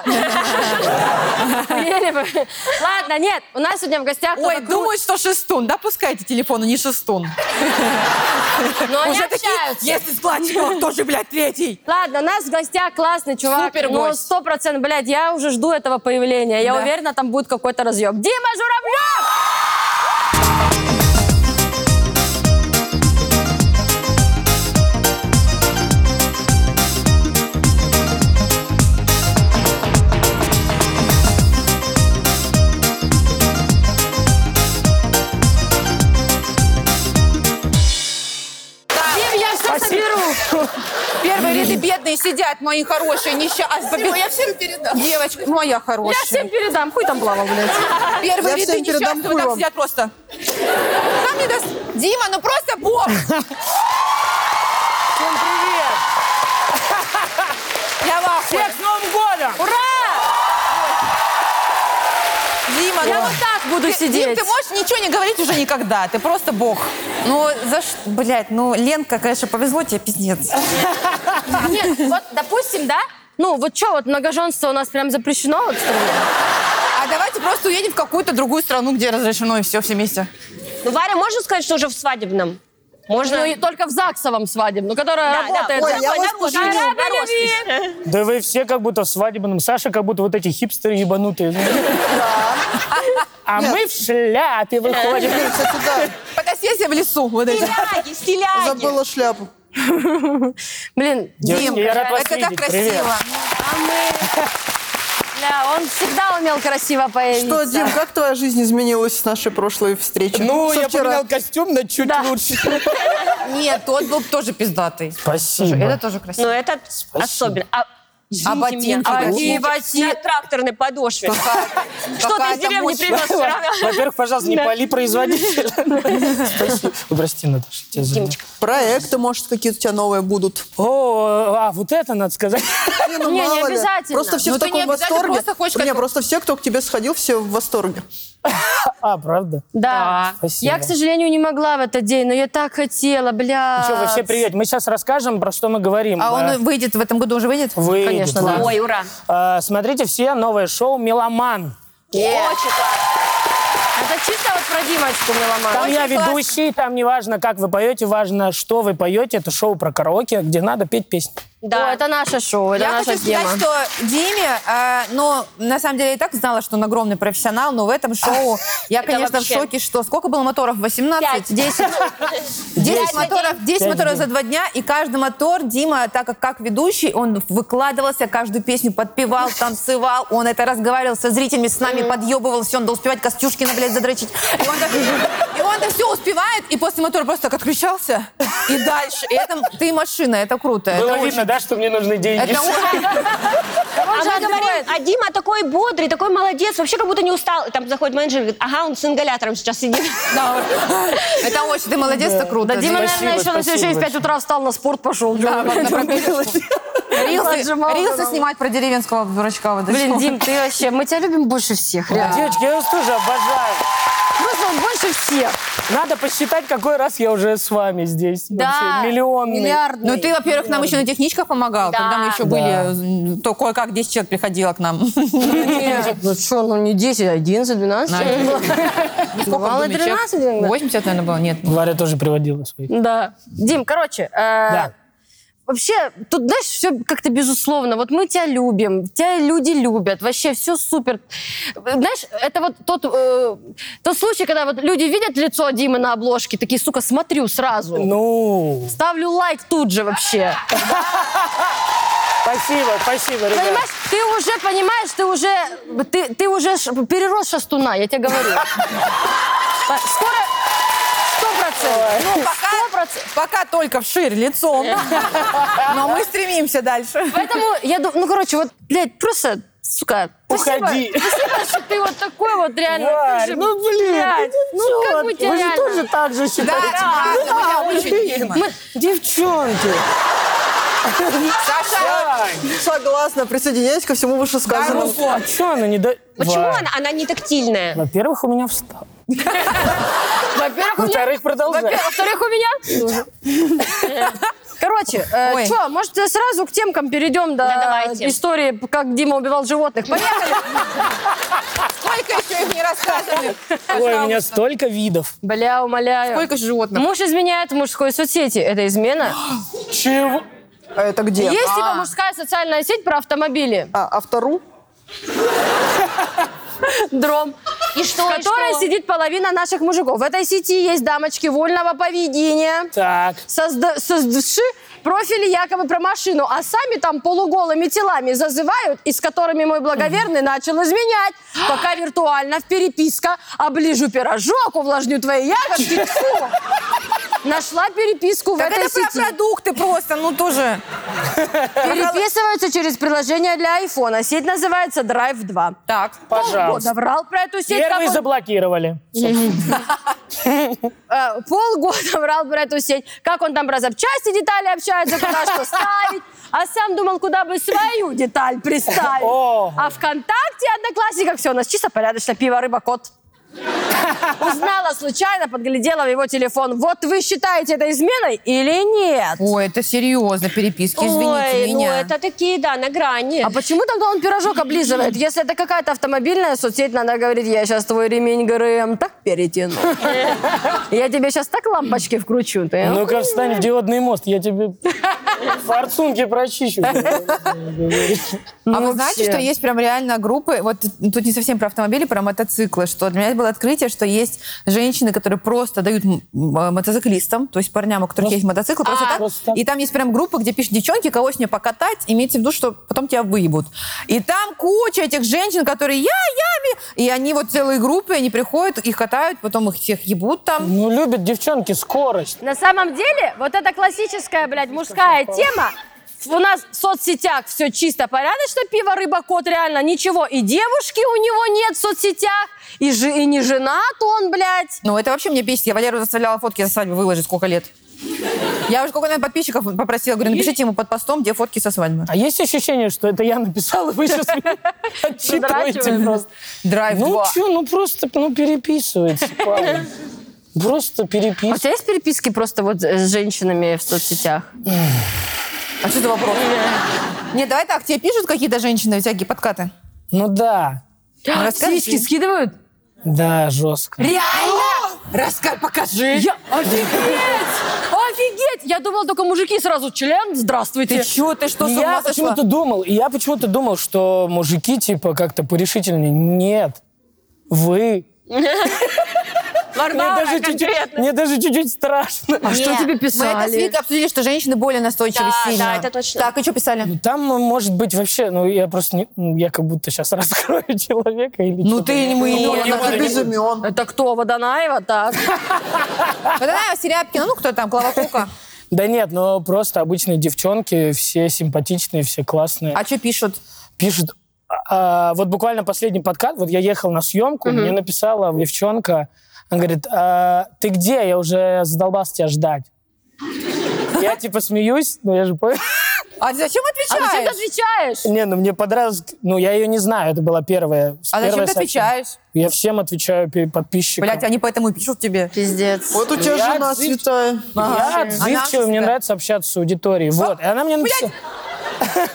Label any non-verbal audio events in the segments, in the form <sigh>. <laughs> Баба Яга! Еле бы. Ладно, нет, у нас сегодня в гостях... А Ой, Тока Кру- думают, что шестун. Да, пускайте телефону, не шестун. Но они Уже такие, общаются. если с <laughs> Гладчевым, тоже, блядь, третий. Ладно, у нас в гостях классный чувак. Супер ну, гость. сто процентов, блядь, я уже жду этого появления. Я Да. уверена, там будет какой-то разъем. Дима Журавлев! Дим, я все соберу. Первые ряды бедные сидят, мои хорошие, несчастные. Я всем передам. Девочка, моя Я хорошая. всем передам. Хуй там плавал, блядь. Первые Я ряды всем передам несчастные вот так хуем. сидят просто. Нам не даст... Дима, ну просто бог! Всем привет! Я в ахуе. Всех с Новым годом! Ура! Дима, Я ну... вот так буду Ты, Дим, сидеть. ты можешь ничего не говорить уже никогда, ты просто бог. Ну, за что? Блядь, ну, Ленка, конечно, повезло тебе, пиздец. а, Нет, вот, допустим, да? Ну, вот что, вот многоженство у нас прям запрещено вот в стране? А давайте просто уедем в какую-то другую страну, где разрешено и все, все вместе. Ну, Варя, можно сказать, что уже в свадебном? Можно? Ну, и только в ЗАГСовом свадебном, ну, которая Да, да. работает. Ой, за- я вас Понятно, пожалею. что рада На роспись. любви. Да вы все как будто в свадебном. Саша как будто вот эти хипстеры ебанутые. А мы в шляпе выходим. Блин, кстати, да, Фотосессия в лесу, вот эти. Стиляги, стиляги. забыла шляпу. Блин, Девочки, я рад вас это так видеть. Привет. красиво. а мы... Бля, он всегда умел красиво появиться. Что, Дим, как твоя жизнь изменилась с нашей прошлой встречи? Ну, Со я вчера. поменял костюм на чуть Да. лучше. Нет, тот был тоже пиздатый. Это Спасибо. тоже красиво. Но этот Ну, особенно. А, извините А ботинки? меня, а Какие ботинки? На тракторной подошве. Что ты Какая-то Ну, из деревни мощь. привез вчера? Во-первых, пожалуйста, не пали производителя. Спасибо. Ой, Прости, Наташа, тебя за- Проекты, может, какие-то у тебя новые будут. О, а вот это надо сказать. Не, ну, Не, не мало ли. обязательно. Просто все Ну, в ты не таком обязательно, восторге. просто хочешь Не, как-то- просто все, кто к тебе сходил, все в восторге. А, правда? Да. Спасибо. Я, к сожалению, не могла в этот день, но я так хотела, бля. Ну Что, вы все привет. Мы сейчас расскажем, про что мы говорим. А он выйдет, в этом году уже выйдет? Выйдет, Конечно, да. выйдет. Ой, ура. А, Смотрите все новое шоу «Меломан». Очень классно. Это чисто вот про Димочку Там меломан. я ведущий, там не важно, как вы поете, важно, что вы поете. Это шоу про караоке, где надо петь песни. Да, Да. это наше шоу, это Я наша хочу сказать, тема. что Диме, э, ну, на самом деле, я и так знала, что он огромный профессионал, но в <laughs> этом шоу я, конечно, вообще. в шоке, что сколько было моторов? 18? Пять. 10. <laughs> 10 Пять на моторов, 10 Пять моторов дней. за два дня, и каждый мотор Дима, так как как ведущий, он выкладывался, каждую песню подпевал, танцевал, он это разговаривал со зрителями, с нами подъебывался, он до успевать Костюшкина, блядь, задрочить. И он так- <laughs> и он это все успевает, и после мотора просто так отключался, и дальше. И это ты машина, это круто. это Было очень- видно, да, что мне нужны деньги. это очень А же мы отдыхает. говорим, а Дима такой бодрый, такой молодец, вообще как будто не устал. И там заходит менеджер и говорит, ага, он с ингалятором сейчас сидит. Да, это очень, ты молодец, это круто. Да, Дима, Спасибо, наверное, еще на следующий день в спасибо 5 утра встал, на спорт пошел. Да, Рилсы, Поджимал рилсы голову. снимать про деревенского дурачка. вот это Блин, что? Дим, ты вообще, мы тебя любим больше всех, реально. Девочки, я вас тоже обожаю. Просто он больше всех. Надо посчитать, какой раз я уже с вами здесь. Да, Вообще, миллионный. Ну ты, во-первых, нам еще на техничках помогал, Да. когда мы еще Да. были, м, то кое-как 10 человек приходило к нам. Ну что, ну не 10, а 11, 12. <laughs> Мало думаете, человек? 13 иногда. 80, наверное, было, нет. Варя тоже приводила свои. Да. Дим, короче, э, Да. вообще, тут, знаешь, все как-то безусловно. Вот мы тебя любим, тебя люди любят, вообще все супер. Знаешь, это вот тот, э, тот случай, когда вот люди видят лицо Димы на обложке, такие, сука, смотрю сразу. Ну, Ставлю лайк тут же вообще. спасибо, спасибо, ребят. Понимаешь, ты уже понимаешь, ты уже, ты, ты уже ш- перерос шастуна, я тебе <laughs> говорю. По- Скоро сто процентов. Ну, сто процентов. Пока только вширь лицом, но мы стремимся дальше. Поэтому я думаю, ну, короче, вот, блядь, просто, сука, спасибо. Уходи. Спасибо, что ты вот такой вот реально. ты Варь, же, ну, блин, блядь, ну, Чёрт, как бы вы тебя же реально. тоже так же считаете. Да, Дима, мы тебя очень любим. Девчонки. Саша, Согласна, присоединяюсь ко всему вышесказанному. А что она не до... Почему Варь, она, она не тактильная? Во-первых, у меня встал. Во-первых, у меня- Во-вторых, продолжай. во-первых, во-вторых, у меня. Короче, Ой. что, может, э, сразу к темкам перейдем до Да, давайте. э, истории, как Дима убивал животных. Поехали! Сколько еще их не рассказывали? Ой, у меня столько видов. Бля, умоляю. Сколько ж животных? Муж изменяет в мужской соцсети. Это измена? Чего? А Это где? Есть типа мужская социальная сеть про автомобили. А, автору? Дром. И что? в и которой что? сидит половина наших мужиков. В этой сети есть дамочки вольного поведения, Так. созда- создавши профили якобы про машину, а сами там полуголыми телами зазывают, и с которыми мой благоверный начал изменять. Пока виртуально в переписка «Оближу пирожок, увлажню твои ягодки». Тьфу! Нашла переписку Так в этой это про сети. продукты просто, ну тоже. Переписываются через приложение для айфона. Сеть называется Drive 2. Так. Вот, Пожалуйста. Соврал про эту сеть. как Первый он заблокировали. э, полгода врал про эту сеть, как он там про запчасти детали общается, куда что ставить. А сам думал, куда бы свою деталь приставить. Ого. А ВКонтакте Одноклассниках все у нас чисто порядочно. Пиво, рыба, кот. Узнала случайно, подглядела в его телефон. Вот вы считаете это изменой или нет? Ой, это серьезно, переписки, Ой, извините ну меня. это такие, да, на грани. А почему тогда он пирожок облизывает? Если это какая-то автомобильная соцсеть, надо говорить, я сейчас твой ремень ГРМ так <laughs> перетяну. Я тебе сейчас так лампочки вкручу. Ты а? Ну-ка встань в диодный мост, я тебе форсунки прочищу. А Ну, вы знаете, что есть прям реально группы, вот тут не совсем про автомобили, про мотоциклы, что для меня было открытие, что есть женщины, которые просто дают м- м- э, мотоциклистам, то есть парням, у которых есть мотоциклы, просто А. так. Просто так. И там есть прям группа, где пишут девчонки, кого с нее покатать, имейте в виду, что потом тебя выебут. И там куча этих женщин, которые я, я, ми-». и они вот целые группы, они приходят, их катают, потом их всех ебут там. Ну, любят девчонки скорость. На самом деле, вот эта классическая, блядь, мужская тема, у нас в соцсетях все чисто порядочно, пиво, рыба, кот, реально ничего. И девушки у него нет в соцсетях, и, жи- и не женат он, блядь. Ну, это вообще мне бесит. Я Валеру заставляла фотки за свадьбу выложить сколько лет. Я уже сколько, наверное, подписчиков попросила. Говорю, напишите ему под постом, где фотки со свадьбы. А есть ощущение, что это я написал, и вы сейчас меня отчитываете Задрачиваем. просто? Драйв Ну А два. что, ну просто ну, переписывается, Павел. Просто А у переписывается. тебя есть переписки просто вот э, с женщинами в соцсетях? А что за вопрос? Нет, давай так, тебе пишут какие-то женщины всякие подкаты? Ну да, Ну, расскажи. Сиськи скидывают? да, жестко. Раска, покажи. Я... Офигеть! Офигеть! Я думала, только мужики сразу член, здравствуйте. Ты чё, ты что, с Я ума сошла? почему-то думал, и я почему-то думал, что мужики типа как-то порешительнее. Нет, вы. Мне даже чуть-чуть- мне даже чуть-чуть страшно. А что тебе Мы это с писали? Викой обсудили, что женщины более настойчивы Да, сильно. да, это точно. Так, и что писали? Там ну, может быть вообще, ну я просто не, ну, я как будто сейчас <laughs> раскрою человека или Ну что-то. ты не мы, Ну, не это без имен. Это кто, Водонаева? Так. Вот она, Серябкина, ну кто там, Клава Кока. Да нет, но просто обычные девчонки, все симпатичные, все классные. А что пишут? пишет, а, вот буквально последний подкаст, вот я ехал на съемку, мне написала девчонка, она говорит, «А, ты где? Я уже задолбался тебя ждать. Я типа смеюсь, но я же понял. <laughs> А зачем А зачем ты отвечаешь? отвечаешь? Не, ну мне понравилось, ну я ее не знаю, это была первая. А зачем первое ты сообщение. отвечаешь? Я всем отвечаю пе- подписчикам. Блять, они поэтому и пишут тебе. Пиздец. Вот у тебя Я жена отзыв- святая. Я Ага. Она отзывчивый, отзывчивая. мне нравится общаться с аудиторией. Вот, и она мне написала. <laughs>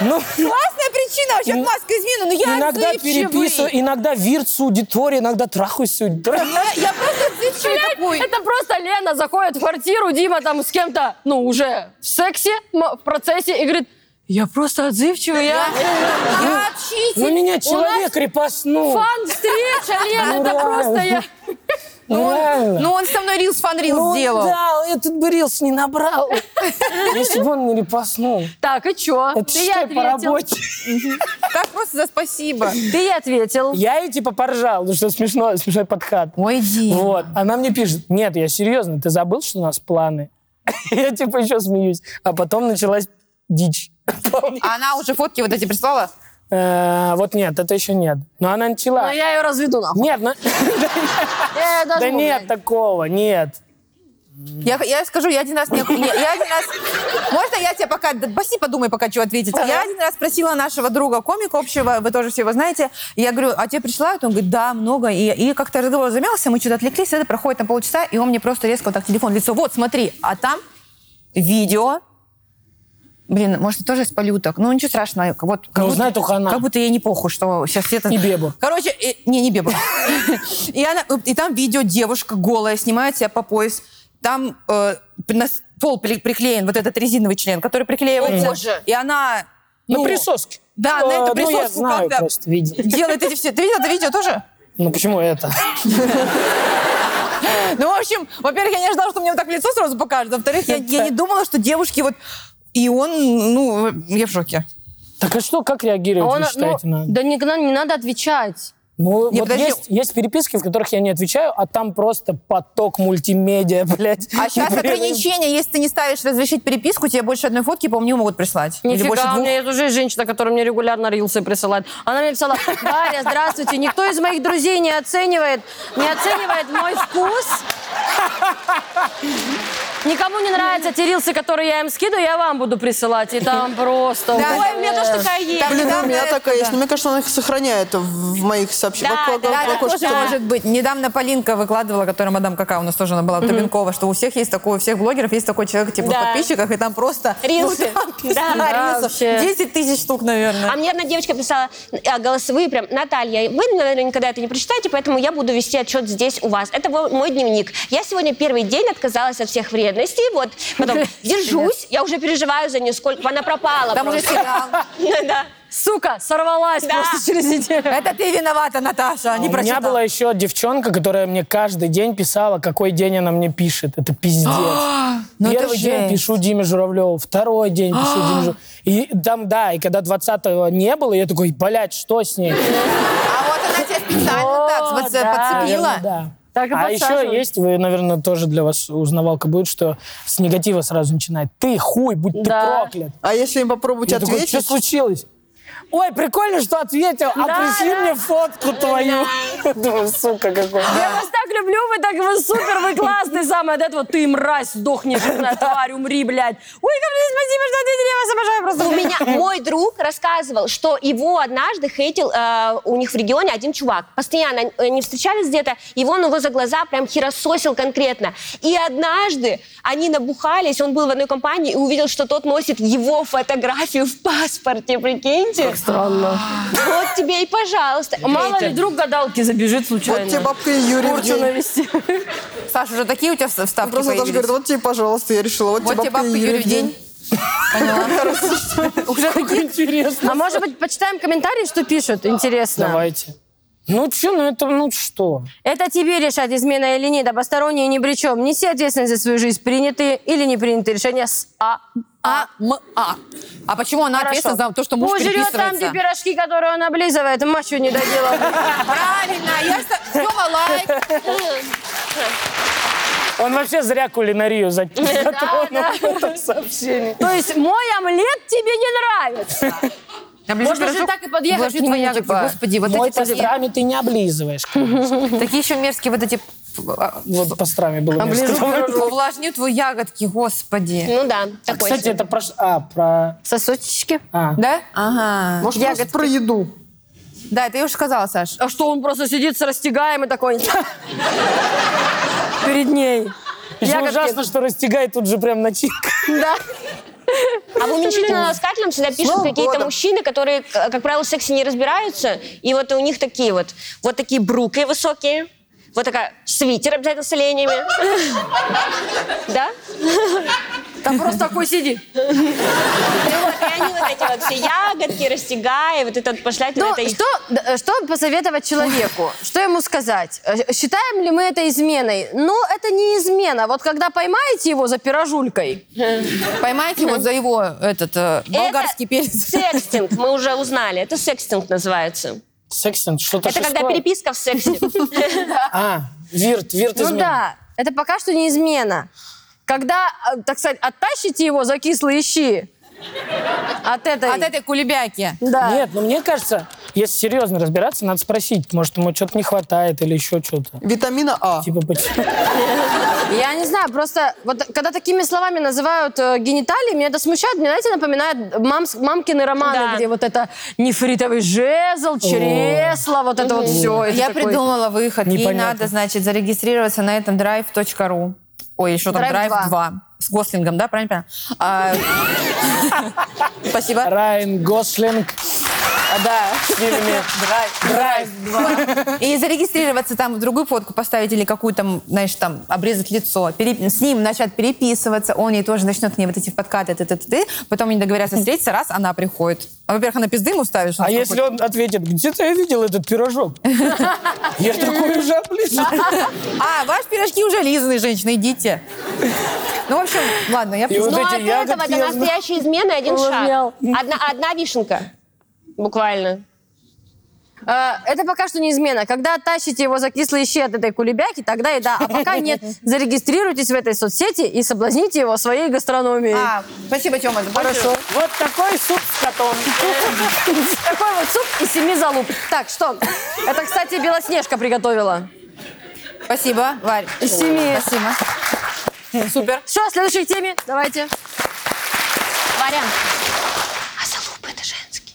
Ну, Классная причина, вообще Ин- маска измена, но я иногда отзывчивый. переписываю, иногда вирт с аудиторией, иногда трахаюсь с аудиторией. Я, я просто отзывчивый такой. Это просто Лена заходит в квартиру, Дима там с кем-то, ну, уже в сексе, м- в процессе, и говорит, я просто отзывчивый, я... Я общитель. Ну, меня человек репостнул. Фан-встреча, Лена, Ну, это реально. просто я... Ну, реально. Ну он со мной рилс фан Ну, рилс сделал. Да, этот бы рилс <laughs> не набрал. Если бы он не репостнул. Так, и чё? А Это Ты ей что по ответил. работе? Так просто за спасибо. Ты ей ответил. Я ей типа поржал, ну что смешно, смешной подкат. Ой, иди. Вот. Она мне пишет, нет, я серьезно, ты забыл, что у нас планы? <laughs> Я типа еще смеюсь. А потом началась дичь. А Она уже фотки вот эти прислала? Э, Вот нет, это еще нет. Но она Но начала. я ее разведу, нахуй. Нет, <laughs> ну- Я её да дожму, нет блядь. такого, нет. Я, я скажу, я один раз... Не, не, я один раз... Можно я тебе пока... да, Баси, подумай, пока что ответить. Я один раз спросила нашего друга, комика общего, вы тоже все его знаете. И я говорю, а тебе присылают? Он говорит, да, много. И, и как-то разговор замялся, мы что-то отвлеклись, это проходит на полчаса, и он мне просто резко вот так телефон в лицо, вот, смотри, а там видео. Блин, может, я тоже спалю так. Ну, ничего страшного. Вот, как, будто, узнай только она. как будто ей не похуй, что сейчас все это... И Бебу. Короче, э, не, не Бебу. И, она, и там видео, девушка голая, снимает себя по пояс. Там э, на с- пол при- приклеен вот этот резиновый член, который приклеивается. боже. И она... На ну, присоске. Да, Э, на эту Ну, я присоску знаю как-то просто, видел. Делает эти все... Ты видел это видео тоже? Ну, почему это? Ну, в общем, во-первых, я не ожидала, что мне вот так в лицо сразу покажут. Во-вторых, я, я не думала, что девушки вот... И он, ну, я в шоке. Так а что, как реагировать, Он, вы ну, считаете, на... Да не, не надо отвечать. Ну, Не, вот подожди. есть, есть переписки, в которых я не отвечаю, а там просто поток мультимедиа, <laughs> блядь. А сейчас Блин, ограничение, если ты не ставишь разрешить переписку, тебе больше одной фотки, по-моему, не могут прислать. Или больше Нифига, у двух. меня есть уже женщина, которая мне регулярно рилсы присылает. Она мне писала, Дарья, здравствуйте, никто из моих друзей не оценивает, не оценивает мой вкус. Никому не нравятся те рилсы, которые я им скидываю, я вам буду присылать. И там просто... Да, ой, да, у меня тоже такая есть. Там э, Блин, ну, у недавно меня это, такая есть, ну, да. но мне кажется, она их сохраняет в в моих сообщениях. Да, Вот по- да, по- по- да, Это кошке. тоже может быть. Недавно Полинка выкладывала, которая мадам Кака у нас тоже она была, Тубенкова, что у всех есть такой, у всех блогеров есть такой человек, типа, Да. в подписчиках, и там просто... Рилсы. <laughs> Ну, там Да, рилсов вообще. 10 тысяч штук, наверное. А мне одна девочка писала э, голосовые прям, Наталья, вы, наверное, никогда это не прочитаете, поэтому я буду вести отчет здесь у вас. Это во- мой дневник. Я сегодня первый день отказалась от всех вредностей, вот, потом держусь, я уже переживаю за нее, сколько она пропала Там уже просто. сериал. <laughs> Да. Сука, сорвалась Да. просто через неделю. Это ты виновата, Наташа, а не А У меня прочитала. была еще девчонка, которая мне каждый день писала, какой день она мне пишет. Это пиздец. Ну это Первый день жесть. пишу Диме Журавлеву, второй день пишу Диме Журавлеву. И там, да, и когда 20-го не было, я такой, блядь, что с ней? А вот она тебя специально О, так вот, э, да. подцепила. Наверное, да. Так и а еще подсаживай. есть, вы, наверное, тоже для вас узнавалка будет, что с негатива сразу начинает. Ты хуй, Да. будь ты проклят. А если им попробовать Я такой, что ответить? случилось? Ой, прикольно, что ответил, а Да, пришли да. мне фотку твою. <laughs> Думаю, сука, какой. Я вас так люблю, вы так вы супер, вы классный самый. От этого ты мразь, сдохни, жирная тварь, умри, блядь. Ой, как блин, спасибо, что ответили, я вас обожаю просто. У меня мой друг рассказывал, что его однажды хейтил э, у них в регионе один чувак. Постоянно э, они встречались где-то, и он его за глаза прям херососил конкретно. И однажды они набухались, он был в одной компании и увидел, что тот носит его фотографию в паспорте, прикиньте. Как странно. Вот тебе и пожалуйста. Мало ли, друг гадалки забежит Вот тебе случайно. бабка Юрий в Курчу день. навести. Саша, уже такие у тебя вс- вставки Просто даже типа, говорит, появились? вот тебе, пожалуйста, я решила. Вот, Вот тебе бабка Юрий в день. Поняла. Уже такие? А может быть, почитаем комментарии, что пишут? Интересно. Давайте. Ну что, ну это, ну что? Это тебе решать, измена или нет, а посторонние ни при чем. Неси ответственность за свою жизнь. Принятые или не принятые решения с А. А, М, А. А почему она Хорошо. ответственна за то, что муж Пусть жрет там, где переписывается? пирожки, которые он облизывает, мачо не доделал. Правильно, я с- Сёма, лайк. Он вообще зря кулинарию <laughs> записал. То есть мой омлет тебе не нравится. Я ближе Можно же пирожок, так и подъехать вложи к нему, твои ягодки. типа. Господи, вот Мой эти такие- пастрами ты не облизываешь. такие еще мерзкие вот эти... а, Вот пастрами было. мне Оближу сказано. пирожок, увлажню твои ягодки, господи. Ну да, А, <laughs> такой Кстати, себе. это про... ш- А, про... Сосочечки. А. Да? Ага. Может, просто про еду? Да, ты уже сказала, Саш. А что, он просто сидит с растягаем и такой... Перед ней. Еще Ягодки. ужасно, что растягай тут же прям начинка. Да. А в уменьшительном ласкательном всегда пишут Слава какие-то Богу. мужчины, которые, к- как правило, в сексе не разбираются. И вот у них такие вот, вот такие бруки высокие, вот такая свитер обязательно с <laughs> оленями. Да? Там просто такой сидит. И Ну вот, и они вот эти вот все ягодки, растягая, вот этот пошлятина, Ну, это их что, д- что посоветовать человеку? Что ему сказать? Э, Считаем ли мы это изменой? Ну, это не измена. Вот когда поймаете его за пирожулькой, Поймайте вот за его этот э, болгарский перец. секстинг, мы уже узнали. Это секстинг называется. Сексинг, что-то Это когда шестое. переписка в <laughs> сексе. А, вирт, вирт ну измен. да, это пока что не измена. Когда, э, так сказать, оттащите его за кислые щи от этой... От этой кулебяки. Да. Нет, ну мне кажется, если серьезно разбираться, надо спросить, может, ему что-то не хватает или еще что-то. Витамина А. Типа, почему? Я не знаю, просто вот когда такими словами называют э, гениталии, меня это смущает. Мне, знаете, напоминает мам, мамкины романы, Да. где вот это нефритовый жезл, чресло, вот это вот все. Я придумала выход. Ей Непонятно. надо, значит, зарегистрироваться на этом drive.ru. Ой, еще там Драйв Драйв 2. два. С Гослингом, да, правильно? понимаю? А, <laughs> Спасибо. Райан Гослинг А, Да. в фильме Драйв 2. И зарегистрироваться там, другую фотку поставить или какую там, знаешь, там, обрезать лицо. Пере- С ним начать переписываться, он ей тоже начнет к ней вот эти подкаты, ты, ты, ты, ты. Потом они договорятся встретиться, раз, она приходит. А, во-первых, она пизды ему ставишь. А если он ответит, где-то я видел этот пирожок. Я такой уже оближу. А, ваши пирожки уже лизаные, женщины, идите. Ну, в общем, ладно, я И вот Но эти от Ну, а этого ягодки до я настоящей измены один Уловлял. шаг. Одна, одна вишенка. Буквально. Э, Это пока что не измена. Когда тащите его за кислые щи от этой кулебяки, тогда и да. А пока нет, зарегистрируйтесь в этой соцсети и соблазните его своей гастрономией. А, спасибо, Тёма. Хорошо. Вот такой суп с котом. <laughs> Такой вот суп из семи залуп. Так, что? Это, кстати, Белоснежка приготовила. Спасибо, Варь. Из семи. Спасибо. Супер. Что, следующей теме? Давайте. Варя. А залупы это женский.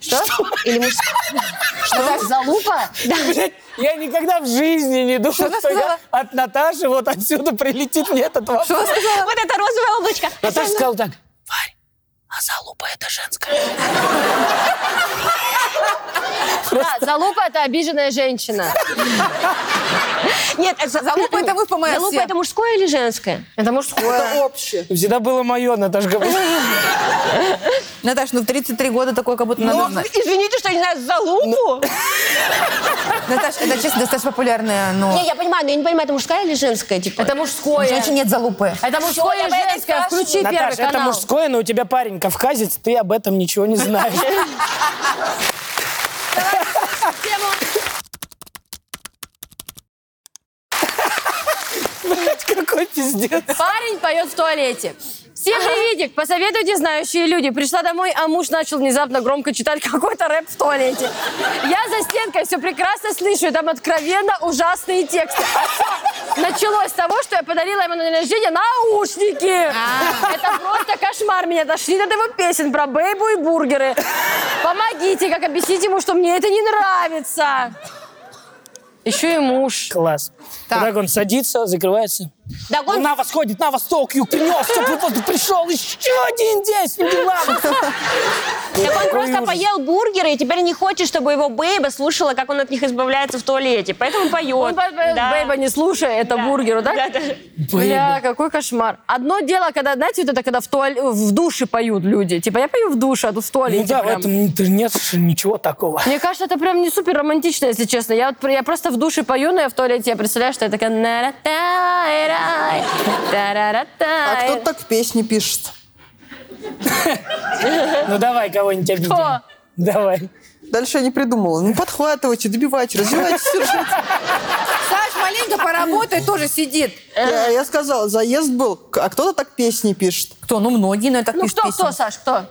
Что? Или мужской? Залупа? Блядь, я никогда в жизни не думал, она что, сказала? я от Наташи вот отсюда прилетит мне этот вопрос. Что сказала? Вот это розовое облачко. Наташа сказала так. Да, залупа – это обиженная женщина. Нет, это Залупа это вы в ПМСе. Залупа это мужское или женское? Это мужское. Всегда было мое, Наташа говорит. Наташ, ну в 33 года такое как будто надо знать. Извините, что я не знаю залупу. Наташ, это, честно, достаточно популярная, ну, но... Ну, Не, я понимаю, но я не понимаю, это мужская или женская, типа. Это мужское. Женщин нет залупы. Это мужское я и об этом женское. спрашиваю. Включи первый Наташа, это канал. мужское, но у тебя парень кавказец, ты об этом ничего не знаешь. Блять, какой пиздец. Парень поет в туалете. Всем приветик, посоветуйте знающие люди. Пришла домой, а муж начал внезапно громко читать какой-то рэп в туалете. Я за стенкой все прекрасно слышу, и там откровенно ужасные тексты. А всё началось с того, что я подарила ему на день рождения наушники. Это просто кошмар. Меня дошли до его песен про бейбу и бургеры. Помогите, как объяснить ему, что мне это не нравится. Еще и муж. Класс. Так. Так. он садится, закрывается. Догон- На восходит, на восток, юг принес, теплый воздух пришел, еще один ну день с ним дела. <laughs> Так он Какой просто ужас. поел бургеры и теперь не хочет, чтобы его бейба слушала, как он от них избавляется в туалете. Поэтому поет. Он по- по- Да. бейба не слушай, это бургеру, да? Да, да. Бля, какой кошмар. Одно дело, когда, знаете, вот это когда в, туале- в душе поют люди. Типа, я пою в душе, а тут в туалете Ну да, в прям. этом нет ничего <laughs> такого. Мне кажется, это прям не супер романтично, если честно. Я, вот, пр- я просто в душе пою, но я в туалете, я представляю, что я такая... «На-ра-тай-рай, А та-ра-ра-тай». кто так песни пишет? Ну давай кого-нибудь обидим. Кто? Давай. Дальше я не придумала. Ну, подхватывайте, добивайте, развивайте сюжет. Саш, маленько поработай, тоже сидит. Я, я сказала, заезд был, а кто-то так песни пишет. Кто? Ну, многие, но это Ну кто, кто, Саш, кто?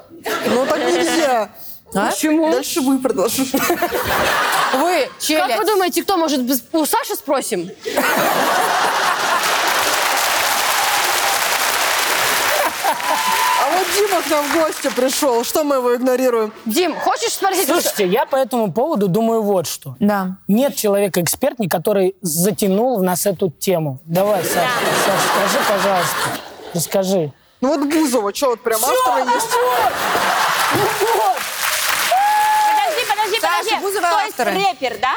Ну, так нельзя. А? Почему? Дальше вы продолжите. Вы, Как вы челядь. думаете, кто? Может, без- у Саши спросим? А вот Дима к нам в гости пришел. Что мы его игнорируем? Дим, хочешь спросить? Слушайте, я по этому поводу думаю вот что. Да. Нет человека-эксперта, который затянул в нас эту тему. Давай, Саша, Саша, скажи, пожалуйста. Расскажи. Ну вот Бузова, что, вот прям автора есть? Подожди, подожди, Саша, подожди. Бузова То есть авторы. рэпер, да?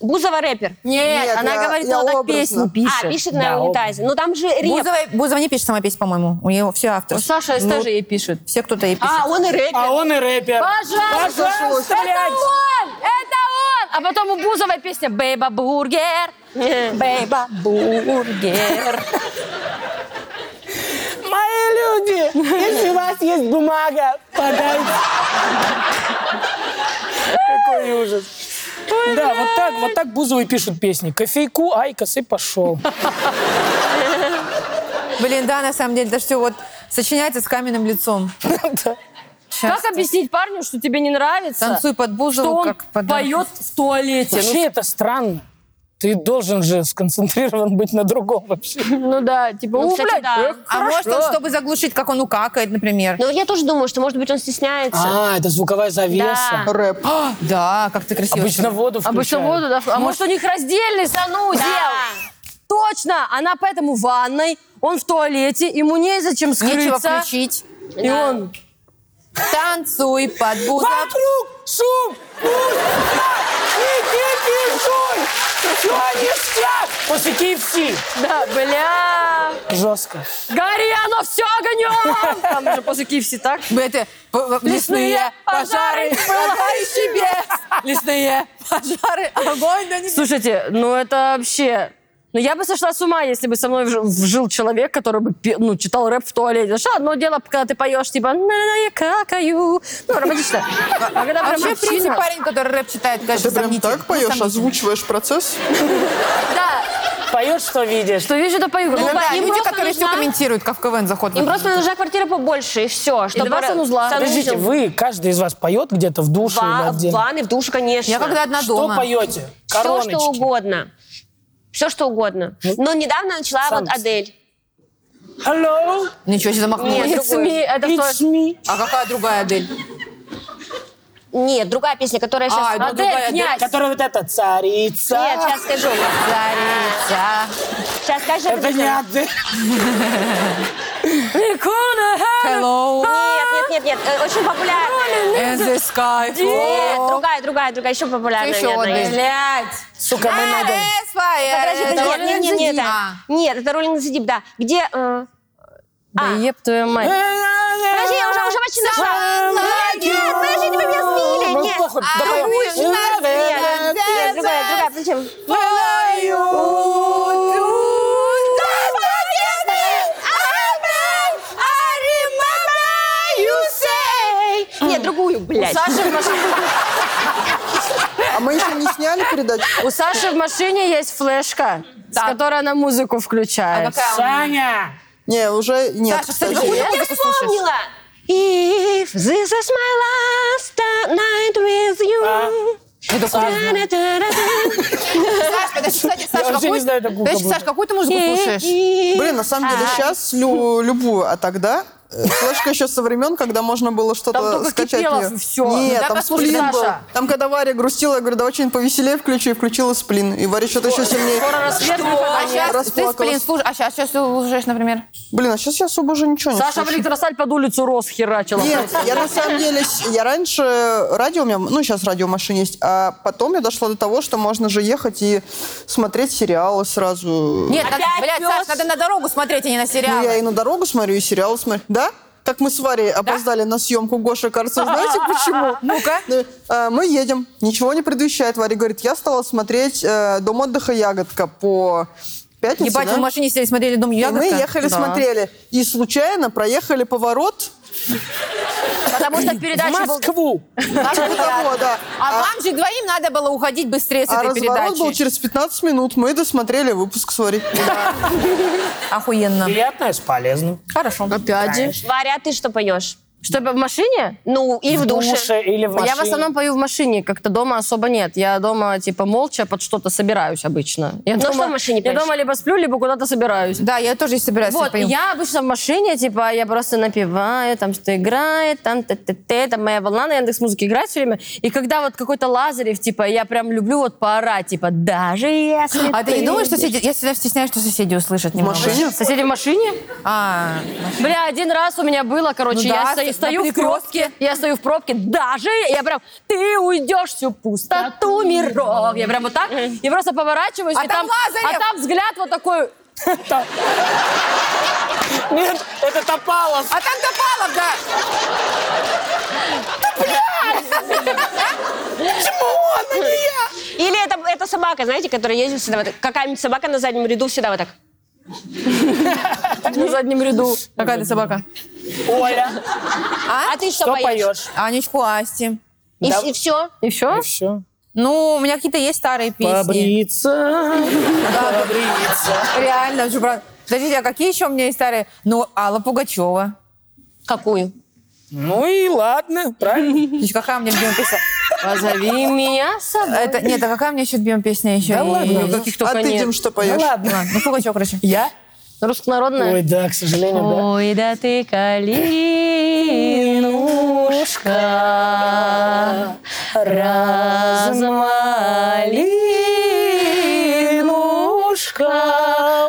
Бузова рэпер. Нет, Нет, она я- говорит, я она так образно. песню пишет. А, пишет Да, на оба. унитазе. Ну там же рэп. Бузова, Бузова не пишет сама песня, по-моему. У нее все авторы. Ну, Саша из тоже ей пишет. Все кто-то ей пишет. А, он и рэпер. А он и рэпер. Пожалуйста, Пожалуйста, блядь. он! Это он! А потом у Бузовой песня «Бейба Бургер». «Бейба Бургер». Мои люди, если у вас есть бумага, подайте. Какой ужас. Да, вот так, вот так Бузовы пишут песни. Кофейку, ай, косы <laughs> пошел. Блин, да, на самом деле, это все вот сочиняется с каменным лицом. Как объяснить парню, что тебе не нравится? Танцуй под что Бузову, он как под... поет в туалете. Вообще это странно. Ты должен же сконцентрирован быть на другом вообще. Ну, ну да, типа, Ну, «У, кстати, блядь, да. эх, А может, он, хорошо». чтобы заглушить, как он укакает, например. Ну вот я тоже думаю, что, может быть, он стесняется. А, это звуковая завеса. Да. Рэп. А! Да, как ты красиво. Обычно воду включают. Обычно воду, а да? А может, у них раздельный санузел? Да. Точно! Она поэтому в ванной, он в туалете, ему незачем скрыться. Нечего включить. И Да. он... Танцуй под музыку. Вокруг шум, пусто, и кипишуй, все ништяк. После KFC. Да, бля! Жестко. Гори оно все огнем! Там уже после KFC так. Это п- лесные пожары, пожары себе. <laughs> Лесные пожары, огонь на небе. Слушайте, ну это вообще... Ну я бы сошла с ума, если бы со мной вж- вжил человек, который бы пе- ну, читал рэп в туалете. Знаешь, одно дело, когда ты поешь, типа, на я какаю. Ну, романтично. А когда прям Вообще, в принципе, община- парень, который рэп читает, конечно, Ты прям сомнителен. так поешь, Ну, сомнителен. озвучиваешь процесс? Да, Поешь, что видишь. что вижу, то пою. Ну Ну, да, им люди, просто которые все нужна- комментируют, как в КВН заход. Им просто нужна квартира побольше, и все. Чтобы два санузла. Подождите, вы, каждый из вас поет где-то в душе или Ва- в отдельно? ванной, в душу, конечно. Я когда одна Что дома. поете? Все, что Короночки. угодно. Все, что угодно. Но недавно начала сам- вот Адель. Hello, Ничего себе замахнулась. Нет. другое. это что? it's me. А какая другая Адель? Нет, другая песня, которая сейчас... А, это Адель, другая Адель. князь. Которая вот эта царица. Нет, сейчас скажу. Царица. Сейчас скажу. Это не Адель. Икона, Hello. Нет, нет, нет, нет. э, Очень популярная. In the sky. Нет, другая, другая, другая. Еще популярная. Еще нет, одна. есть. Блядь. Сука, Э, мы надо. Подожди, подожди, нет, нет, нет, А. это- нет, это роллинг за да. Где... э, Да еб твою мать. Подожди, я уже, уже почти нашла. Нет, нет, подожди, вы меня слили. Нет, ну, А, похуй, давай. нет, нет, другая, другая, зачем? Нет, другую, блядь. А мы еще не сняли передачу? У Саши в машине есть флешка, с которой она музыку А включает. Саня! Не, уже нет, Саша, кстати, кстати. какую Я музыку слушаешь? вспомнила. If this is my last night with А. you. Та-да-да-да-да. Саш, подожди, кстати, Саш, вообще не какую- знаю такую, Подожди, как Саш, какую ты музыку слушаешь? Блин, на самом деле сейчас любую, а тогда э, флешка еще со времен, когда можно было Там что-то только скачать. Кипелов её. и всё. Нет, Да там послушай, сплин Саша. был. Там, когда Варя грустила, я говорю, давай что-нибудь повеселее включу, и включила сплин. И Варя что-то еще сильнее. Скоро рассвет А выходит. сейчас ты, Расплакалась. блин, слушаешь, а сейчас, сейчас ты слушаешь, например? Блин, а сейчас я особо уже ничего не Саша в слушаю. электросаль под улицу рос херачила. Нет, я на самом деле, с- я раньше радио у меня, ну сейчас радио в машине есть, а потом я дошла до того, что можно же ехать и смотреть сериалы сразу. Нет, надо, Опять блядь, пёс. Саш, надо на дорогу смотреть, а не на Ну, я сериалы. и на дорогу смотрю, и сериалы смотрю. Да? Как мы с Варей опоздали на съемку Гоши <laughs> Карцева, знаете почему? Ну-ка. Ну, э, Мы едем, ничего не предвещает. Варя говорит, я стала смотреть э, «Дом отдыха Ягодка» по пятнице, Ебать, да? мы в машине сели, смотрели «Дом И мы ягодка». ехали, смотрели. И случайно проехали <laughs> поворот. Потому что В передача был... Москву! Типа того, да. А вам же двоим надо было уходить быстрее с А этой разворот был передачи. через 15 минут. Мы досмотрели выпуск с Варей. Охуенно. Приятное с полезным. Хорошо. Опять же. Варя, а ты что поешь? Что, в машине? Ну, или в душе. или в машине. Я в основном пою в машине, как-то дома особо нет. Я дома, типа, молча под что-то собираюсь обычно. Я Ну, дома- что в машине Я поешь? дома либо сплю, либо куда-то собираюсь. Да, я тоже собираюсь. Вот, пою. я обычно в машине, типа, я просто напеваю, там что играет, там т т т там моя волна на Яндекс музыки играет все время. И когда вот какой-то Лазарев, типа, я прям люблю вот поорать, типа, даже если А ты не думаешь, что соседи... Я всегда стесняюсь, что соседи услышат немного. машине? Соседи в машине? А, Бля, один раз у меня было, короче, Ну я да, сто- на стою в перекрестке. пробке, я стою в пробке, даже я прям, ты уйдешь всю пустоту миров. Я прям вот так, и просто поворачиваюсь, А и там там, Лазарев! а там взгляд вот такой, Нет, это Топалов! а там Топалов, да! Или это, это собака, знаете, которая ездит всегда, вот, какая-нибудь собака на заднем ряду всегда вот так. на заднем ряду. Какая ты собака? Оля, А, ты что, что поешь? поешь? Анечку Асти. И, Да. и все? И все? И все. Ну, у меня какие-то есть старые песни. Побриться, Да, побриться. Реально, уже, брат. Подождите, а какие еще у меня есть старые? Ну, Алла Пугачева. Какую? Ну и ладно, правильно? Еще какая у меня любимая песня? Позови меня с собой. Это, нет, а какая у меня еще любимая песня еще? Да ладно. И- Каких А только ты, нет. Дим, что Ну поешь? ладно, ну Пугачева, короче. Я? Руссконародная? Ой, да, к сожалению, да. Ой, да ты калинушка, размалинушка,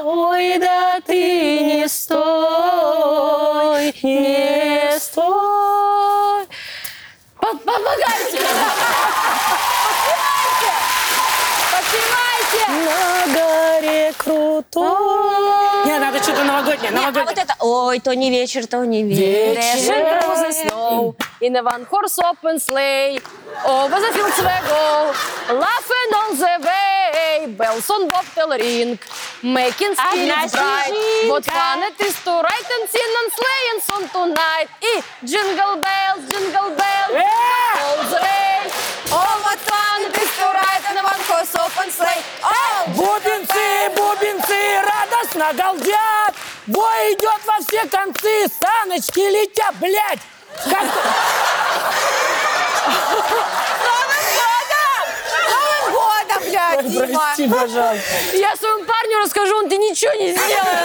на горе крутой. Не, надо что-то новогоднее, Не, а новогоднее. вот это, ой, то не вечер, то не вечер. Вечер. snow in a one horse open sleigh. Over the fields we go, laughing on the way. Bells on bobtail ring, making Одна spirits bright. What снежинка. fun it is to ride and sing and sleigh and song tonight. И jingle bells, jingle bells, all the way. All what fun it is to ride in a one-horse open sleigh. All Бубенцы, бубенцы радостно галдят. Бой идет во все концы, саночки летят, блядь. Как... Новым годом, блядь, Дима! Прости, пожалуйста. Я своему парню расскажу, он ты ничего не сделал.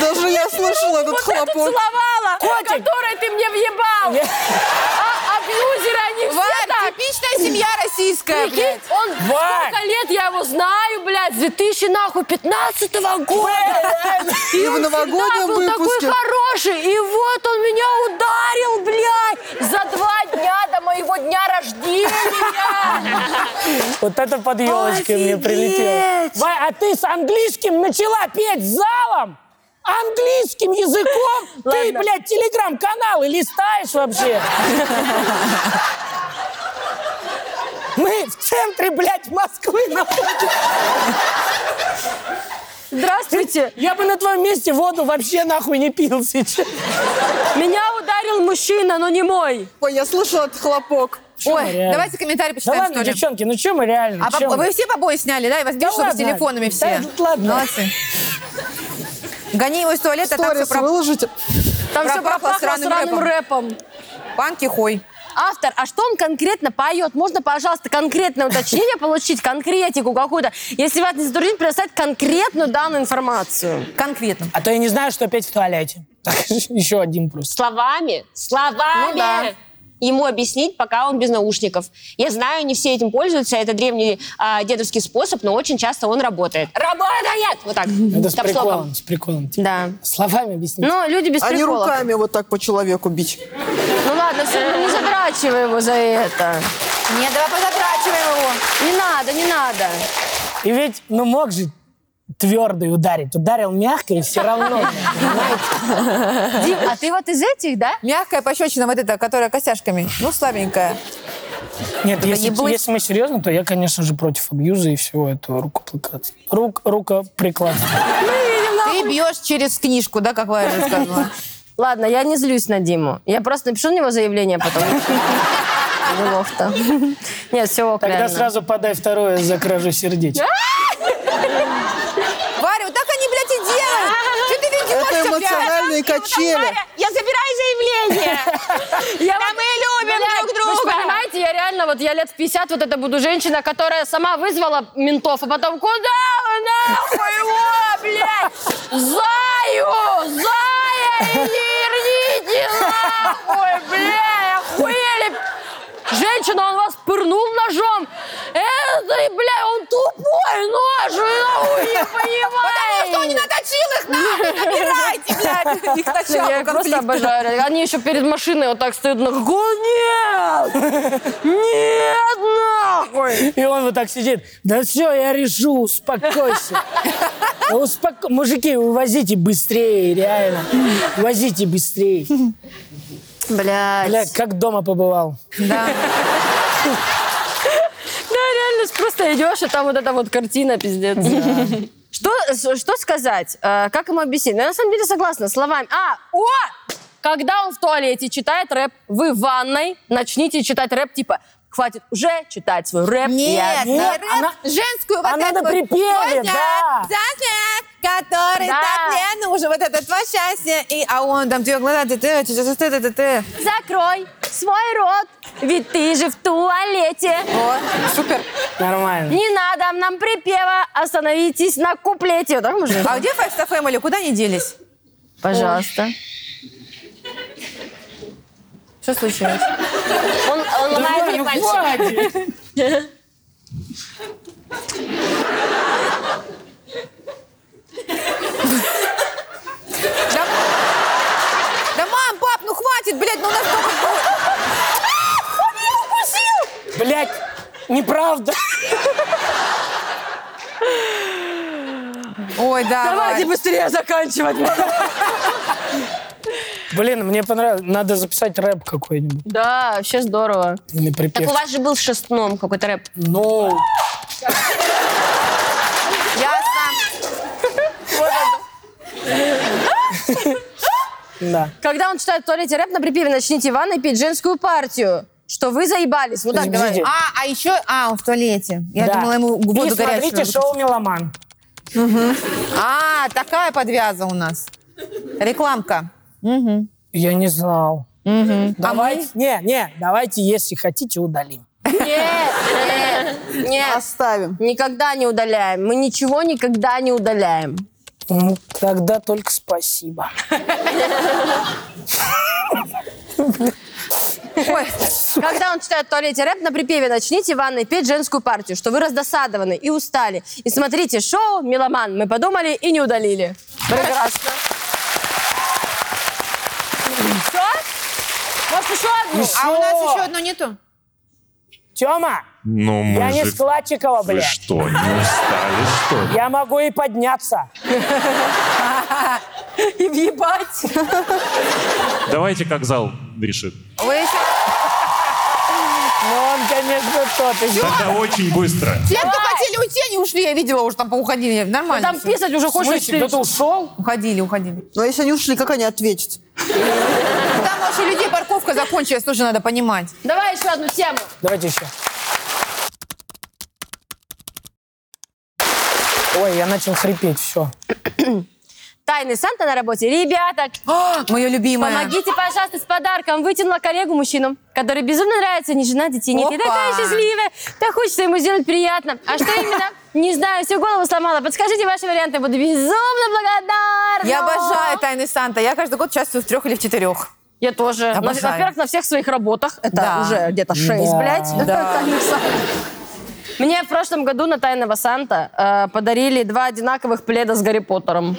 Даже я слышала этот хлопок. Целовала, Котик. который ты мне въебал. Не. А абьюзеры, они все Варь, так. типичная семья российская, блядь. Прикинь, Э, он Варь! сколько лет, я его знаю, блядь, с 2015 года. И в он всегда новогоднем был выпуске. такой хороший, и вот он меня ударил, блядь, за два дня до моего дня рождения. Вот это под елочкой мне прилетело. Вай, а ты с английским начала петь залом? Английским языком? <laughs> Ты, блядь, телеграм-каналы листаешь вообще? Мы в центре, блядь, Москвы находимся. Здравствуйте. Я бы на твоем месте воду вообще нахуй не пил сейчас. Меня ударил мужчина, но не мой. Ой, я слышала этот хлопок. Ой, реально? давайте комментарий Да почитаем, ладно, что ли. девчонки, ну чё мы реально? А чё поб- мы? вы все побои сняли, да? И вас видишь, что вы с ладно. телефонами все. Да, ладно. Молодцы. Гони его из туалета, а так все Сторис выложите. Там все Пропахло пропахло сраным сраным рэпом. пропанки хой. Автор, а что он конкретно поет? Можно, пожалуйста, конкретное уточнение получить, конкретику какую-то? Если вас не затруднит, предоставить конкретную данную информацию. Конкретно. А то я не знаю, что петь в туалете. <laughs> Еще один плюс. Словами, словами. Ну да. Ему объяснить, пока он без наушников. Я знаю, не все этим пользуются, это древний а, дедовский способ, но очень часто он работает. Работает! Вот так. Это с Топстоком. приколом, с приколом. типа. Да. Словами объяснить. Ну, люди без А не приколов. руками вот так по человеку бить. Ну ладно, все, не затрачивай его за это. Нет, давай позатрачиваем его. Не надо, не надо. И ведь, ну мог же твердый ударить. Ударил мягко и <laughs> все равно. Дим, а ты вот из этих, да? Мягкая пощечина вот эта, которая костяшками. Ну, слабенькая. Нет, если, не будь. если мы серьезно, то я, конечно же, против абьюза и всего этого рукоплыкаться. Рук, рукоприкладство. Ты бьешь через книжку, да, как Варя <laughs> рассказывала? Ладно, я не злюсь на Диму. Я просто напишу на него заявление а потом. Делов-то. Нет, все ок, Тогда реально. сразу подай второе, закражу сердечко. Варя, вот так они, блядь, и делают. Что ты ведешься, Это эмоциональные качели. Варя, я забираю заявление. <laughs> Я Да вот- мы любим Блядь, друг Вы ж друга. понимаете, я реально, вот я лет в 50 вот это буду женщина, которая сама вызвала ментов, а потом куда вы нахуй его, блядь? Заю! Зая, иди, верните нахуй, блядь, охуели! Женщина, он вас пырнул ножом. Это, бля, он тупой нож, вы нахуй не понимаете. Что не наточил их, нахуй, <laughs> набирайте, блядь. Их Я начало их просто конфликта. обожаю. реально. Они еще перед машиной вот так стоят на Нет! Нет, нахуй! И он вот так сидит. Да все, я <laughs> решу, успокойся. Да успоко- Мужики, увозите быстрее, реально. Возите быстрее. Блядь. Бля, как дома побывал. Да, реально, просто идешь, и там вот эта вот картина, пиздец. Что, что сказать? Э, Как ему объяснить? Ну, я на самом деле согласна, словами. А, о! Когда он в туалете читает рэп, вы в ванной начните читать рэп, типа, хватит уже читать свой рэп. я Нет, не Нет, рэп, она- женскую вот а эту надо вот припевы, «Твой да. знак, знак, который Да. так мне нужен, вот это твое счастье, и, а он там тебе глаза, ты, ты, ты, ты, ты, ты, ты. Закрой свой рот, ведь ты же в туалете. Вот, супер. Нормально. Не надо нам припева, остановитесь на куплете. Вот так можно? А где Five Star Family? Куда они делись? Пожалуйста. Что случилось? Он, он ломает ну мне пальцы. Да, да, мам, пап, ну хватит, блядь, ну у нас дома... Блять, Неправда. Ой, да. Давайте Варь. быстрее заканчивать. Блин, мне понравилось. Надо записать рэп какой-нибудь. Да, вообще здорово. Или Так припев. у вас же был с шестном какой-то рэп. Ну, Ясно. да. Когда он читает в туалете рэп на припеве, начните ванной пить женскую партию, что вы заебались. Вот так давай. Подождите. А, а еще... А, он в туалете. Я Да. думала, ему воду И горячую смотрите надо шоу «Меломан». А, такая подвяза у нас. Рекламка. Я не знал. А Давайте, не, не, давайте, если хотите, удалим. Нет, нет, нет. Оставим. Никогда не удаляем. Мы ничего никогда не удаляем. Ну, тогда только спасибо. Ой. Когда он читает в туалете рэп на припеве, начните в ванной петь женскую партию, что вы раздосадованы и устали. И смотрите шоу «Меломан». Мы подумали и не удалили. Прекрасно. Все? Может, еще одну? А у нас еще одно нету. Тема, Ну, мы я не же... складчикова, Вы блядь. что, не устали, что ли? Я могу и подняться. <laughs> И въебать. Давайте как зал решит. Вы еще... Но он, конечно, тот еще. Тогда очень быстро. Те, кто хотели уйти, они ушли. Я видела уже, там поуходили. Нормально. Там всё. писать уже В хочешь. смысле, кто-то ушел? Уходили, уходили. Но если они ушли, как они ответят? Там вообще людей парковка закончилась, тоже надо понимать. Давай еще одну тему. Давайте еще. Ой, я начал хрипеть, все. Тайный Санта на работе. Ребята, Мое А, любимое. помогите, пожалуйста, с подарком. Вытянула коллегу мужчину, который безумно нравится, не жена, детей нет. И Опа. такая счастливая. Так хочется ему сделать приятно. А что <laughs> именно? Не знаю, всю голову сломала. Подскажите ваши варианты, буду безумно благодарна. Я обожаю «Тайны Санта». Я каждый год участвую в трех или в четырех. Я тоже. На- Обожаю. Во-первых, на всех своих работах. Это Да. уже где-то шесть, Да. блядь. <laughs> «Тайных Сант». Мне в прошлом году на Тайного Санта э, подарили два одинаковых пледа с Гарри Поттером.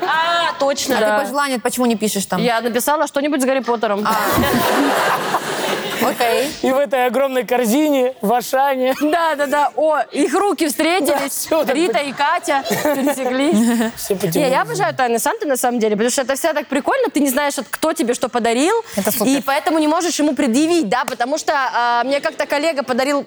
А, точно. А Да. ты пожелание, почему не пишешь там? Я написала что-нибудь с Гарри Поттером. Окей. И в этой огромной корзине, в Ашане. <laughs> Да, да, да. О, их руки встретились. всё, так Рита и Катя <laughs> пересеклись. Все по Не, я телевизору. обожаю Тайны Санты на самом деле, потому что это всегда так прикольно, ты не знаешь, вот, кто тебе что подарил, Это супер. и поэтому не можешь ему предъявить, да, потому что а, мне как-то коллега подарил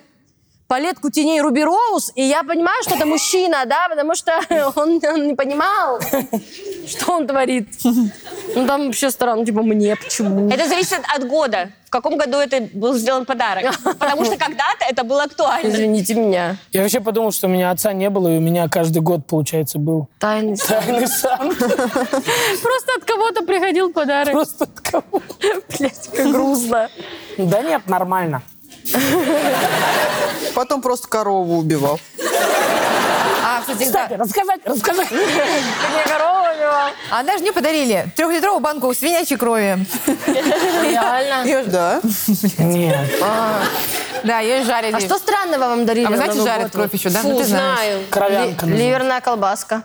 палетку теней Руби Роуз, и я понимаю, что это мужчина, да, потому что <laughs> он, он не понимал, <laughs> что он творит. Ну там вообще странно, типа, мне почему? Это зависит от года, в каком году это был <laughs> сделан подарок. Потому что когда-то это было актуально. Извините меня. Я вообще подумал, что у меня отца не было, и у меня каждый год, получается, был <laughs> <laughs> Тайны Санты. тайный Санта. Просто от кого-то приходил подарок. <laughs> Просто от кого? Блять, как грустно. Да нет, нормально. Потом просто корову убивал. А, кстати, да. Кстати, рассказать, <laughs> рассказать. Мне корову убивал. А даже мне подарили трехлитровую банку свинячьей крови. Реально. Её ж- Да? Нет. Да, ее жарили. А что странного вам дарили? А вы на знаете, Новый жарят год? кровь еще, да? Фу, Ну, ты знаешь. знаю. Кровянка Ли- называется. Ливерная колбаска.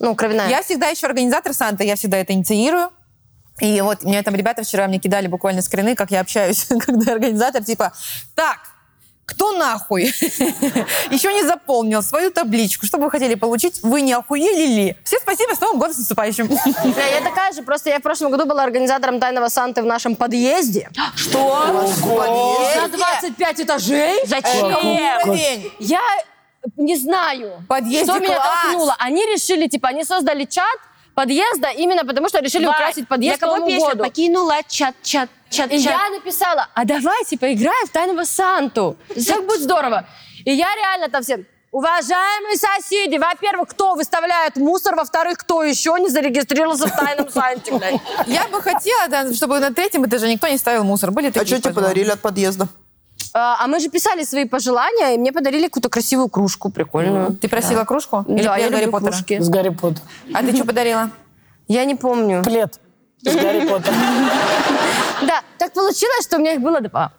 Ну, кровяная. Я всегда еще организатор Санта, я всегда это инициирую. И вот мне там ребята вчера мне кидали буквально скрины, как я общаюсь, <laughs> когда организатор типа, так, кто нахуй <laughs> еще не заполнил свою табличку, что бы вы хотели получить, вы не охуели ли? Все спасибо, с Новым годом, с наступающим. Бля, я такая же, просто я в прошлом году была организатором Тайного Санты в нашем подъезде. На 25 этажей? Зачем? Уровень. Я не знаю, Подъезде что меня класс. толкнуло. Они решили, типа, они создали чат подъезда именно потому, что решили украсить подъезд Для к кого Новому песня? году. Покинула чат-чат-чат-чат. И я написала, а давайте поиграем в тайного Санту. Как будет здорово. И я реально там всем... Уважаемые соседи, во-первых, кто выставляет мусор, во-вторых, кто еще не зарегистрировался в тайном Санте, блядь. <laughs> Я бы хотела, да, чтобы на третьем этаже никто не ставил мусор. Были А такие что тебе пожелания? подарили от подъезда? А а мы же писали свои пожелания, и мне подарили какую-то красивую кружку прикольную. Ты просила кружку? Или да, я плед Гарри люблю Поттера? кружки. С Гарри Поттером. А ты что <laughs> подарила? Я не помню. Плед. С Гарри Поттером. Да, так получилось, что у меня их было два.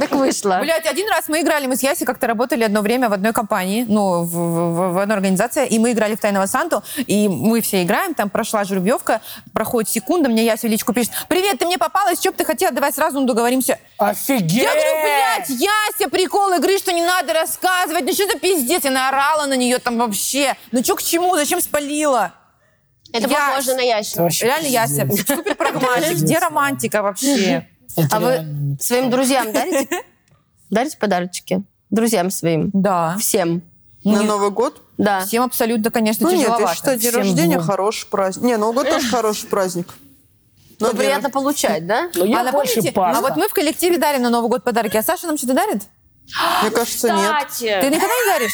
Так вышло. Блять, один раз мы играли, мы с Ясей как-то работали одно время в одной компании, ну, в, в- в- в одной организации, и мы играли в «Тайного Санту», и мы все играем, там прошла жеребьевка, проходит секунда, мне Яся в личку пишет, «Привет, ты мне попалась, что бы ты хотела, давай сразу ну, договоримся». Офигеть! Я говорю, блядь, Яся, прикол игры, что не надо рассказывать, ну что за пиздец, я наорала на нее там вообще, ну что к чему, зачем спалила? Это Я- похоже на ящик. Это вообще Реально Яся, пиздец. супер прагматик, где романтика вообще? Это А реально. вы своим друзьям дарите? Дарите подарочки? Друзьям своим? <laughs> Да. Всем? На Новый год? Да. Всем абсолютно, конечно, Ну нет, я тяжеловато. считаю, день Всем рождения двум. хороший праздник. Не, Новый год тоже хороший праздник. Но Ну, день Ну, приятно получать, да? Ну, я а больше напомните, паста. а вот мы в коллективе дарим на Новый год подарки, а Саша нам что-то дарит? рождения- Мне кажется, нет. Кстати. Э. Ты никогда не <laughs> даришь?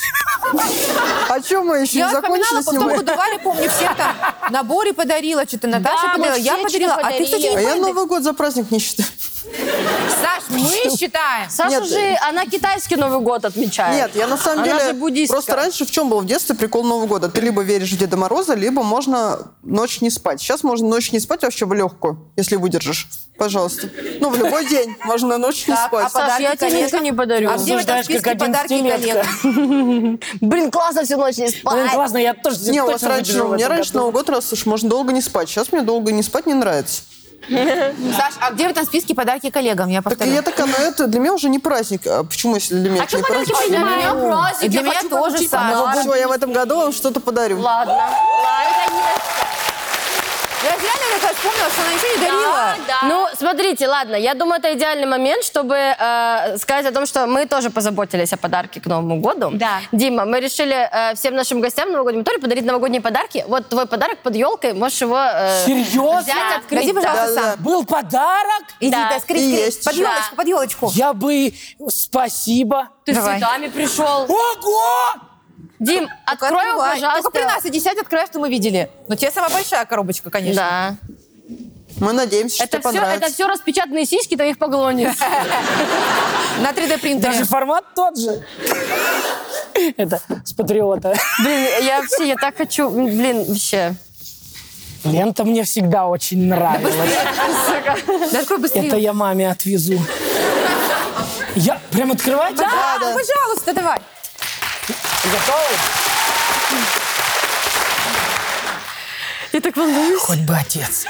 А чем мы еще Я не закончили вспоминала, с потом ним? году Варя, помню, всем там наборы подарила, что-то Наташа мы подарила, я все подарила, что-то а ты, кстати, не подарили. А я помнишь. Новый год за праздник не считаю. Саш, мы считаем. Саша Нет. же, она китайский Новый год отмечает. Нет, я на самом Она же деле... буддистка. Просто раньше в чем был в детстве прикол Нового года? Ты либо веришь в Деда Мороза, либо можно ночь не спать. Сейчас можно ночь не спать а вообще в легкую, если выдержишь. Пожалуйста. Ну, в любой день можно ночь не Так, а спать. по- Саш, я подарки, тебе ничего конечно. не подарю. А где в этом Обсуждаешь, как списке подарки 11-летка. коллег? Блин, классно всю ночь не Блин, спать. Ну, классно, я тоже Не, у вас точно раньше, выберу в у меня этом раньше году. Новый год, раз уж можно долго не спать. Сейчас мне долго не спать не нравится. Саш, а где в этом списке подарки коллегам? Я Так повторю. я такая, но это для меня уже не праздник. А почему, если для меня А это что не подарки праздник? принимают? И для меня тоже, Саш. Все, я в этом году вам что-то подарю. Ладно. Я же реально как раз вспомнила, что она ничего не дарила. Да, да. Ну, смотрите, ладно, я думаю, это идеальный момент, чтобы э, сказать о том, что мы тоже позаботились о подарке к Новому году. Да. Дима, мы решили э, всем нашим гостям в новогоднем туре подарить новогодние подарки. Вот твой подарок под елкой, можешь его э, взять, Серьезно? открыть. Найди, да. пожалуйста, Да, Саш. Был подарок? Иди, Да. да, скорее, И скорее. есть. Под Да. елочку, под елочку. Я бы... Спасибо. Ты Давай. с цветами пришел. Ого! Дим, открой его, Открывай. пожалуйста. Только при нас иди сядь, открывай, что мы видели. Но тебе самая большая коробочка, конечно. Да. Мы надеемся, что Это тебе все, это понравится. все распечатанные сиськи твоих поклонниц. <laughs> На 3D принтере. Даже формат тот же. <laughs> Это с Патриота. Блин, я вообще, я так хочу, блин, вообще. Лента мне всегда очень нравилась. Открой быстрее. Это я маме отвезу. Я прям открывать? Да, Да, да. пожалуйста, давай. Готовы? Я так волнуюсь. Хоть бы отец.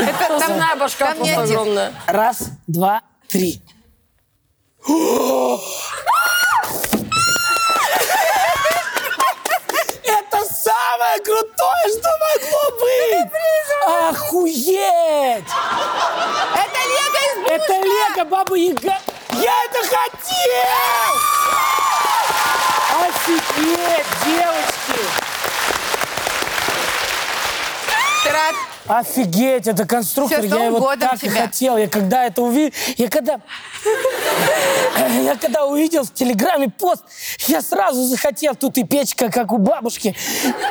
Это там на башка там не один. огромная. Раз, два, три. Это самое крутое, что могло быть! Охуеть! Это Лего из Это Лего Баба Яга! Я это хотел! Офигеть, девочки! Бустера. Офигеть, это конструктор, Всё, с я Новым его годом так и тебя. хотел. Я когда это увидел, я когда... Я когда увидел в Телеграме пост, я сразу захотел. Тут и печка, как у бабушки,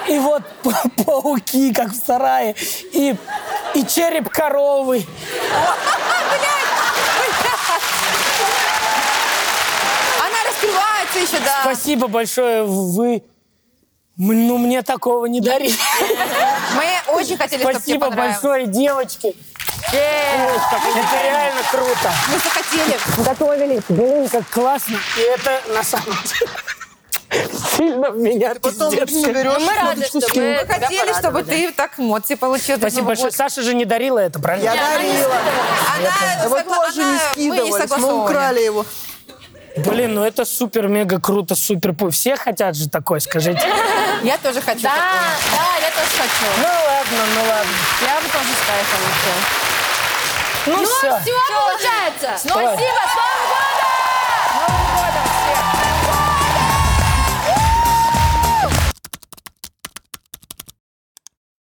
и вот <laughs> па- пауки, как в сарае, и, и череп коровы. Она раскрывается еще, да. Спасибо большое, вы... м- Ну, мне такого не дарили. Мы очень хотели, чтобы тебе Спасибо понравилось. большое, девочки. Это реально круто. Мы захотели. Готовились. Блин, как классно. И это на самом деле <laughs> сильно в меня Потом пиздец. Ну, не берешь Мы рады, шуточку что с мы- ним. Мы хотели, чтобы ты так эмоции получил. Спасибо большое. Саша же не дарила это, правильно? Я дарила. Она, Вы согла- тоже не она- мы не скидывались, мы согласовывали. украли его. Блин, ну это супер-мега круто, супер. пу- Все хотят же такой, скажите. Я тоже хочу. Да, такое. да, я тоже хочу. Ну ладно, ну ладно. Я бы тоже с кайфом вообще. Ну, все. Все получается. Давай. Спасибо, с Новым годом! Новым